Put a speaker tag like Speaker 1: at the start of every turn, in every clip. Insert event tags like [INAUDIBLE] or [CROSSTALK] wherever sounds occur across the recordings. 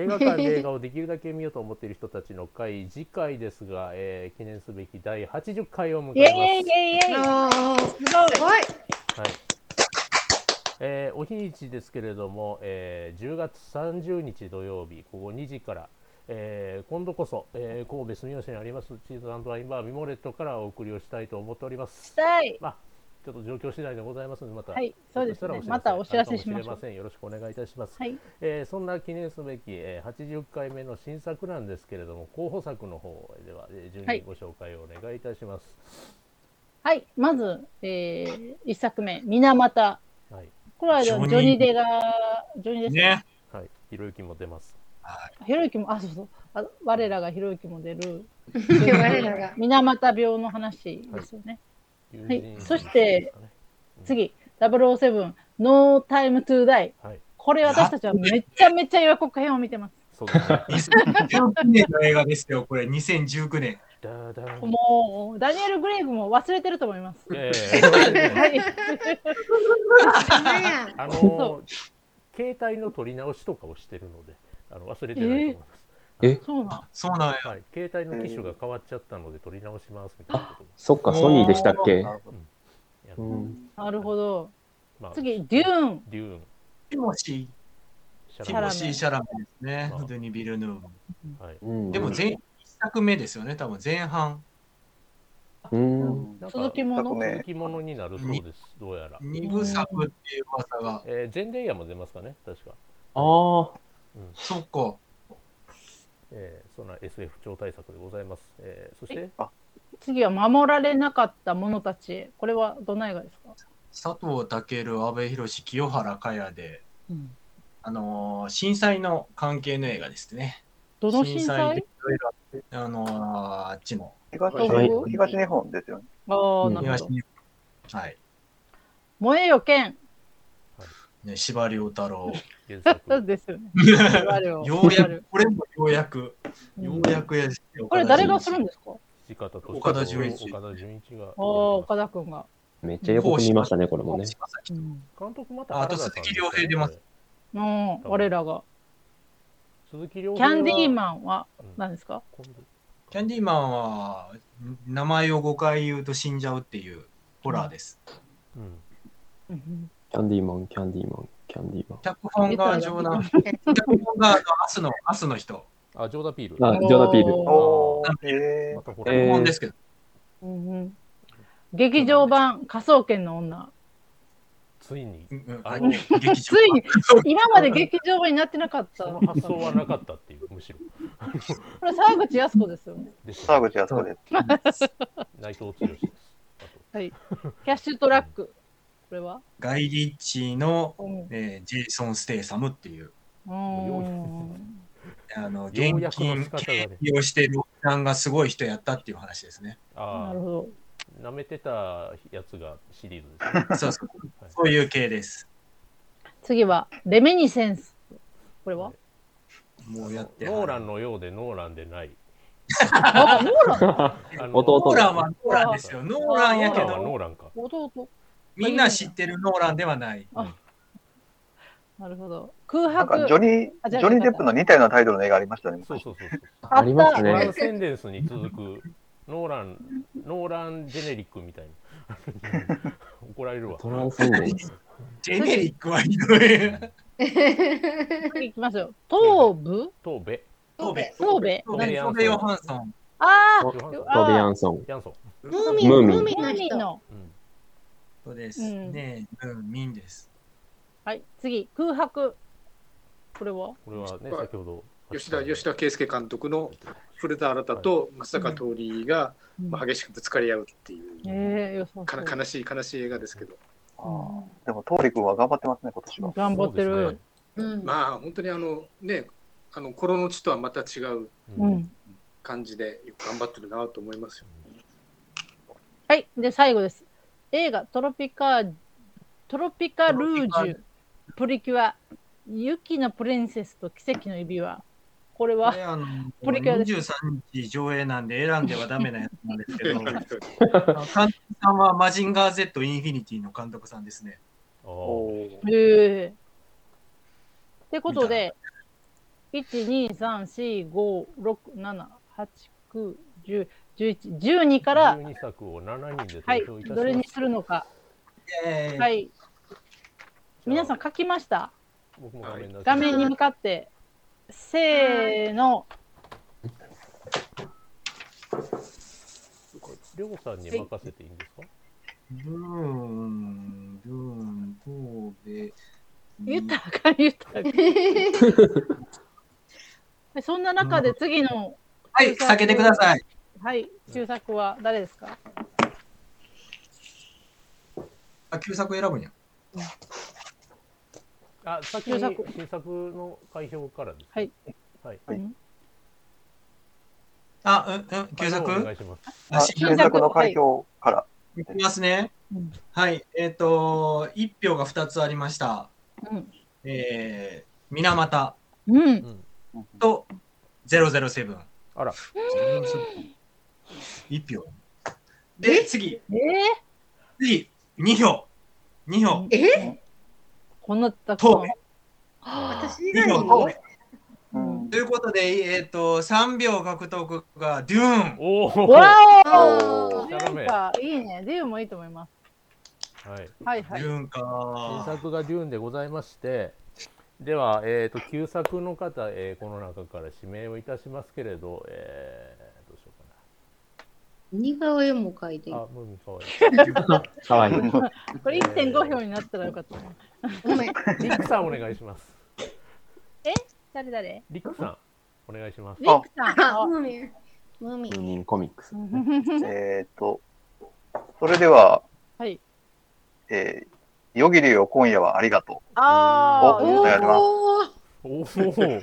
Speaker 1: 映画館で映画をできるだけ見ようと思っている人たちの会次回ですが、えー記念すべき第80回を迎
Speaker 2: イエイ
Speaker 1: え
Speaker 2: イエイイエイす
Speaker 3: すごい。
Speaker 2: ごい
Speaker 1: ます、はいえーお日にちですけれども、えー10月30日土曜日午後2時から、えー今度こそ、えー神戸住吉にありますチーズワインバーミモレットからお送りをしたいと思っております
Speaker 2: したい
Speaker 1: まあちょっと状況次第でございますのでまた、
Speaker 2: はいそうです
Speaker 1: ひょ
Speaker 2: ね
Speaker 1: っと
Speaker 2: ま
Speaker 1: た
Speaker 2: た
Speaker 1: らお
Speaker 2: お
Speaker 1: 知
Speaker 2: 知
Speaker 1: ら
Speaker 2: ら
Speaker 1: せある
Speaker 2: せ
Speaker 1: か
Speaker 2: し
Speaker 1: も
Speaker 2: ま
Speaker 1: しれ
Speaker 2: しょ
Speaker 1: ま
Speaker 2: う
Speaker 1: せんよろしくお願いいたします、
Speaker 2: はい
Speaker 1: えーそんな記念すべき、えー80回目の新作なんですけれども候補作の方では、えー順
Speaker 2: は
Speaker 1: に
Speaker 2: い
Speaker 1: ご紹介をお願いいたします。
Speaker 2: はいまず、えー、一作目「水俣
Speaker 1: はい、」
Speaker 2: これはジ
Speaker 4: ジ
Speaker 2: ョ
Speaker 4: ョニー
Speaker 2: ニー・デがジョニーですね
Speaker 4: ね。
Speaker 1: はい、ひろゆきも出ます。
Speaker 2: ひろゆきもあそうそうあ我らがひろゆきも出る
Speaker 3: 我らが。
Speaker 2: 水俣病の話ですよね、
Speaker 1: 友
Speaker 2: はい
Speaker 1: 人
Speaker 2: そして
Speaker 1: ですかね、
Speaker 2: 次007「No Time to Die
Speaker 1: はい、」
Speaker 2: これ私たちはめちゃめちゃ予告編を見てます
Speaker 1: そうですね。
Speaker 4: 2019年の映画ですよ、これ、2019年。
Speaker 1: だだん。
Speaker 2: もうダニエル・グレイグも忘れてると思います
Speaker 1: え
Speaker 2: [LAUGHS] は
Speaker 1: え
Speaker 2: い
Speaker 3: なんや
Speaker 1: あの
Speaker 2: そ
Speaker 1: ー携帯の取り直しとかをしてるので、あの忘れてないと思います。
Speaker 2: そうなん
Speaker 4: そうなんや。
Speaker 1: はい、携帯の機種が変わっちゃったので取り直しますみたいなことも
Speaker 5: [LAUGHS] そっか、ソニーでしたっけ
Speaker 4: なるほど
Speaker 1: やる
Speaker 5: うん。
Speaker 2: なるほど
Speaker 1: まあ、
Speaker 2: 次デューン
Speaker 1: デューン、
Speaker 4: ティモシ
Speaker 1: シ
Speaker 4: ー、
Speaker 2: シ
Speaker 4: テ
Speaker 2: ャラ
Speaker 4: ィ
Speaker 2: メ
Speaker 4: モシー・シャラメですね
Speaker 1: まあ。
Speaker 4: ドゥニ・ビルヌーヴ
Speaker 1: はい。
Speaker 5: うん
Speaker 4: でも、前、一作目ですよね、多分前半。
Speaker 5: うん。
Speaker 1: なんか
Speaker 2: 続きもの
Speaker 1: 続きものになるそうです、どうやら。
Speaker 4: 二部作っていう噂が。
Speaker 1: えー、ジェンデイヤも出ますかね、確か。
Speaker 5: ああ、
Speaker 1: うん
Speaker 4: そっか。
Speaker 1: えー、そんな SF 超大作でございます。えー、そして、
Speaker 2: 次は守られなかった者たちへこれはどんな映画ですか、
Speaker 4: 佐藤健、阿部寛、清原果耶で、あのー震災の関係の映画ですね。
Speaker 2: どの震災
Speaker 4: でいろいろあってあのーあっちの
Speaker 6: 東
Speaker 2: はい
Speaker 6: 東日本ですよね。
Speaker 2: ああ、
Speaker 5: うん
Speaker 2: なるほど。
Speaker 4: 東日本。はい。
Speaker 2: 燃えよ剣
Speaker 4: ね、司馬遼
Speaker 2: [LAUGHS]
Speaker 4: 太郎。
Speaker 1: 原
Speaker 2: そう
Speaker 1: 作。
Speaker 2: です [LAUGHS] よね。
Speaker 4: よ
Speaker 2: よ
Speaker 4: うやく、これもようやく、ようやくやし。
Speaker 2: これ誰がするん
Speaker 4: で
Speaker 2: ですかあ
Speaker 1: 土方と
Speaker 4: 岡田准一
Speaker 1: 岡田准一が。
Speaker 2: あ、岡田くんが。
Speaker 5: めっちゃ予告見ましたね、これもね。
Speaker 2: うん。
Speaker 1: 監督また
Speaker 4: ああと
Speaker 1: 原田さん
Speaker 4: 鈴木亮平出ます。
Speaker 2: の
Speaker 1: 分
Speaker 2: 我らが。
Speaker 1: 鈴木亮
Speaker 2: キ
Speaker 1: 平は。
Speaker 2: ャンディー
Speaker 1: ン。
Speaker 2: マンは何ですか
Speaker 4: キャンディーマンは、ん名前を5回言うと死んじゃうっていうホラーです。
Speaker 1: うん。
Speaker 2: うん
Speaker 5: キャンディーマン、キャンディーマン、キャンディーマン。
Speaker 4: 脚本が冗談。脚本があの明日の、明日の人。
Speaker 1: あ、ジョーダピール。
Speaker 5: あ、ジョーダピール。
Speaker 6: おー、え
Speaker 1: またほら、
Speaker 4: 脚
Speaker 5: え
Speaker 4: 本ですけど、
Speaker 2: うんうん劇場版科捜研の女。
Speaker 1: ついに。
Speaker 4: うんうん
Speaker 1: あ
Speaker 4: はい
Speaker 1: の
Speaker 4: 劇場
Speaker 2: ついに今まで劇場版になってなかった。
Speaker 1: その
Speaker 2: こ
Speaker 1: 発想はなかったっていう、むしろ。
Speaker 2: れ沢口靖子ですよね。
Speaker 1: です
Speaker 6: ー、沢口靖子です。
Speaker 1: 内藤剛です。あと
Speaker 2: はい。キャッシュトラック。これは
Speaker 4: ガイ・リッチーの、
Speaker 2: うん。
Speaker 4: えージェイソン・ステイサムっていう、
Speaker 2: うん
Speaker 4: あの、現
Speaker 1: ようやくの
Speaker 4: 金
Speaker 1: 仕方がね
Speaker 4: 経費をしてるおっさんがすごい人やったっていう話ですね。
Speaker 1: あ
Speaker 2: なるほど。
Speaker 1: あ、舐めてたやつがシリーズですね。
Speaker 4: そうそう。
Speaker 1: はい
Speaker 4: そういう系です。
Speaker 2: 次は、レメニセンス。これは
Speaker 4: もうやってはる。
Speaker 1: ノーランのようでノーランでない。
Speaker 2: あ、ノーラン
Speaker 1: あの
Speaker 5: 弟
Speaker 4: ノーランはノーランですよ。ノーランや
Speaker 1: ノー
Speaker 4: け
Speaker 1: ランはノ
Speaker 4: ど、
Speaker 1: ーランか。
Speaker 2: 弟。
Speaker 4: みんな知ってるノーランではない。
Speaker 2: なるほど。空
Speaker 6: なんか
Speaker 2: 白。
Speaker 6: ジョニー、
Speaker 2: あ
Speaker 6: ジ
Speaker 2: じゃあ
Speaker 6: ョニー・デップの似たようなタイトルの映画ありましたね。
Speaker 1: そうそうそうそう。
Speaker 5: [LAUGHS] あります
Speaker 1: ノーラン
Speaker 5: ね。
Speaker 1: センデンスに続く、ノーラン、ノーランジェネリックみたいな。 [LAUGHS] 怒られるわ。
Speaker 5: トラン
Speaker 4: [LAUGHS]
Speaker 5: スインデンス。
Speaker 4: ジェネリックはひどい。
Speaker 2: 次行きますよ。東部
Speaker 1: 東部、
Speaker 4: トー
Speaker 2: 東
Speaker 4: ベ。
Speaker 2: 部
Speaker 4: トー
Speaker 1: 何
Speaker 4: ベ・トーベヨハンソン。
Speaker 2: あ
Speaker 1: ヨ
Speaker 2: あ
Speaker 1: ハンソン
Speaker 5: トビア
Speaker 1: ヤ
Speaker 5: ンソン。
Speaker 1: ンソン。
Speaker 3: ムーミン、
Speaker 5: ムーミン
Speaker 3: ムーミンの
Speaker 2: 海
Speaker 3: 人。
Speaker 2: の。
Speaker 1: うん
Speaker 4: そうです。
Speaker 2: うん
Speaker 4: ねえ、うん、ミンです。
Speaker 2: はい、次、空白。これは
Speaker 1: これはね、先ほど。
Speaker 7: 吉田吉田圭介監督の古田新太と松坂桃李が
Speaker 2: うん
Speaker 7: まあ激しくぶつかり合うっていう、
Speaker 2: ええ、よさ
Speaker 7: かな
Speaker 2: そう。
Speaker 7: 悲しい悲しい映画ですけど、
Speaker 6: あーでも、東理君は頑張ってますね、今年は。
Speaker 2: 頑張って
Speaker 1: そう
Speaker 2: る
Speaker 1: で。
Speaker 3: うん
Speaker 7: まあ本当にあのねあの頃の地とはまた違う
Speaker 1: すね
Speaker 2: う。ん。
Speaker 7: 感じでよく頑張ってるなと思いますよ。
Speaker 2: はい、で、最後です。映画、トロピカ、トロピカルージ
Speaker 4: トロピ
Speaker 2: ュ、プリキュア、雪のプリンセスと奇跡の指輪。これ
Speaker 4: こ
Speaker 2: は
Speaker 4: れ、あの、
Speaker 2: プリキュアで
Speaker 4: 23日上映なんで選んではダメなやつなんですけど、監督さんはマジンガー Z インフィニティの監督さんですね。
Speaker 1: ああ。
Speaker 2: ええ。ってことで、 1,2,3,4,5,6,7,8,9,10,11,12から、
Speaker 1: 12作を7人で投
Speaker 2: はい
Speaker 1: 票い、たします。
Speaker 2: どれにするのか。
Speaker 4: えー
Speaker 2: はい。皆さん書きました
Speaker 1: 僕も画面出し
Speaker 2: 画面に向かって。せーの。
Speaker 1: りょうさんに任せていいんですか
Speaker 4: ブーン、ブーン、神戸。
Speaker 2: 言ったらあかん、言ったらあかん。そんな中で次の、
Speaker 4: はい、避けてください。
Speaker 2: はい、中作は誰ですか
Speaker 4: あ、旧作選ぶんや。
Speaker 1: あ、先に新作の開票からです。
Speaker 2: はい。
Speaker 1: はい。
Speaker 6: はい
Speaker 4: あ、うん、うん、旧
Speaker 1: お願
Speaker 4: 作
Speaker 1: いします。
Speaker 6: あ
Speaker 4: 足
Speaker 6: 新作の開票から。
Speaker 4: いきますね
Speaker 2: うん。
Speaker 4: はい、えっ、と、一票が二つありました。
Speaker 2: うん。
Speaker 4: えー、水俣
Speaker 2: うん。
Speaker 1: うん。
Speaker 4: と007。
Speaker 1: あら。
Speaker 4: 一票。で、次、
Speaker 2: えー、
Speaker 4: 次、二票。二票。
Speaker 3: え
Speaker 2: こんなたくさん
Speaker 4: 東
Speaker 3: 私以
Speaker 4: 二
Speaker 3: 外
Speaker 4: 票
Speaker 3: に
Speaker 4: と。
Speaker 6: うん
Speaker 4: ということで、えっ、と、三票獲得がデューン。
Speaker 1: おお。
Speaker 2: わ
Speaker 3: お
Speaker 2: お
Speaker 1: ー
Speaker 2: なんかいいね。デューもいいと思います。
Speaker 1: はい。
Speaker 2: はい
Speaker 4: デ
Speaker 2: はい。
Speaker 4: ューン
Speaker 1: 新
Speaker 4: か。
Speaker 1: 作がデューンでございまして、では、えー、と旧作の方、えーこの中から指名をいたしますけれど、えーどうしよう
Speaker 3: 似顔絵も描いて
Speaker 1: か
Speaker 3: る
Speaker 1: な。あ、ムーミンかわい
Speaker 5: かわいい。
Speaker 2: これ1.5票になったらよかったな。
Speaker 3: ごめん。
Speaker 1: い。リクさんお願いします。
Speaker 2: 誰誰
Speaker 1: リクさんお願いします。
Speaker 2: リックさん。
Speaker 3: あ、
Speaker 2: あ
Speaker 3: ムーミン。ムーミ
Speaker 5: 人
Speaker 3: ン。
Speaker 5: 間コミックス。
Speaker 6: [LAUGHS] えーっと、それでは、
Speaker 2: はい。
Speaker 6: えー、よぎりよ今夜はありがと
Speaker 2: あ
Speaker 6: お
Speaker 2: ー。
Speaker 3: おー。
Speaker 1: お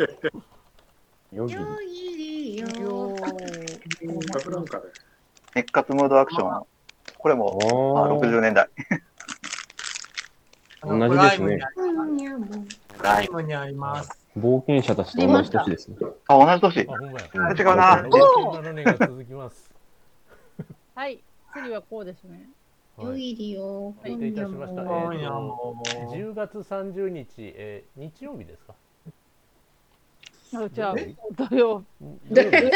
Speaker 1: お。
Speaker 5: よぎ
Speaker 3: よぎりよ。
Speaker 7: ラブランカで。
Speaker 6: う。熱活ムードアクション。これも、まあ、
Speaker 5: おー
Speaker 6: 60年代。
Speaker 5: 同じですね
Speaker 3: うんやもう
Speaker 4: プライムにあります。
Speaker 5: 冒険者たちと同じ年ですね。
Speaker 6: あ、同じ年
Speaker 1: あ、。ほんまや。
Speaker 5: うん
Speaker 6: 違うな
Speaker 1: 67年が続きます。
Speaker 2: はい。次はこうですね。
Speaker 1: は
Speaker 3: よ
Speaker 1: い。
Speaker 3: ぎりよ。
Speaker 1: 失礼いたしました。え
Speaker 4: 今
Speaker 1: ー
Speaker 4: 夜
Speaker 1: と
Speaker 4: も。
Speaker 1: 10月30日、えー日曜日ですか。
Speaker 2: あじゃ
Speaker 1: [LAUGHS]
Speaker 2: あ
Speaker 1: え、
Speaker 2: 土曜。
Speaker 1: 土曜日です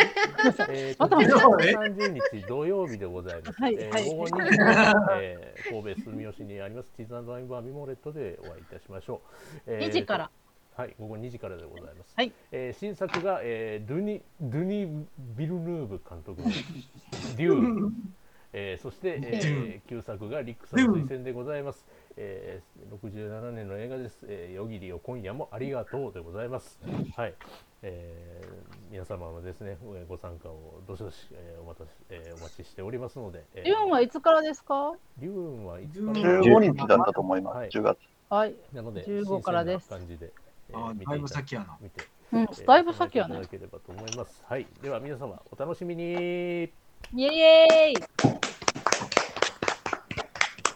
Speaker 1: えーと
Speaker 2: ま
Speaker 4: た
Speaker 1: 10月30日土曜日でございます。
Speaker 2: はい
Speaker 1: えー
Speaker 2: はい
Speaker 1: 午後2時から、
Speaker 2: [LAUGHS]
Speaker 1: えー神戸住吉にありますチーズワインバーミモレットでお会いいたしましょう。えー
Speaker 2: 2時から。
Speaker 1: はい、午後2時からでございます。
Speaker 2: はい
Speaker 1: えー新作が、えードゥニドゥニビルヌーブ監督のデューン。えーそして、
Speaker 4: デュー
Speaker 1: えー旧作がリックさんの推薦でございます。えー、67年の映画です。えー、よぎりよ今夜もありがとうでございます。はい。えー皆様のですね、えーご参加をどしどし、えーお待たせ、えーお待ちしておりますので、えー
Speaker 2: リュンはいつからですか
Speaker 1: リュウンはいつ
Speaker 4: リ
Speaker 1: から
Speaker 4: ュウン
Speaker 6: 15日だったと思います、
Speaker 1: はい
Speaker 6: 10月。
Speaker 2: はい。
Speaker 1: なので、
Speaker 2: 15からです
Speaker 1: 新鮮な感じで、えー
Speaker 4: あ、
Speaker 1: 見
Speaker 4: だ
Speaker 1: て
Speaker 4: い
Speaker 1: い
Speaker 4: ぶ
Speaker 1: ただ
Speaker 4: 先やな。
Speaker 1: 見て
Speaker 2: うん
Speaker 1: えー、
Speaker 2: だいぶ先や
Speaker 1: ご
Speaker 2: ね
Speaker 1: 覧い。ただければと思います。はい、では皆様お楽しみに。
Speaker 2: イエーイ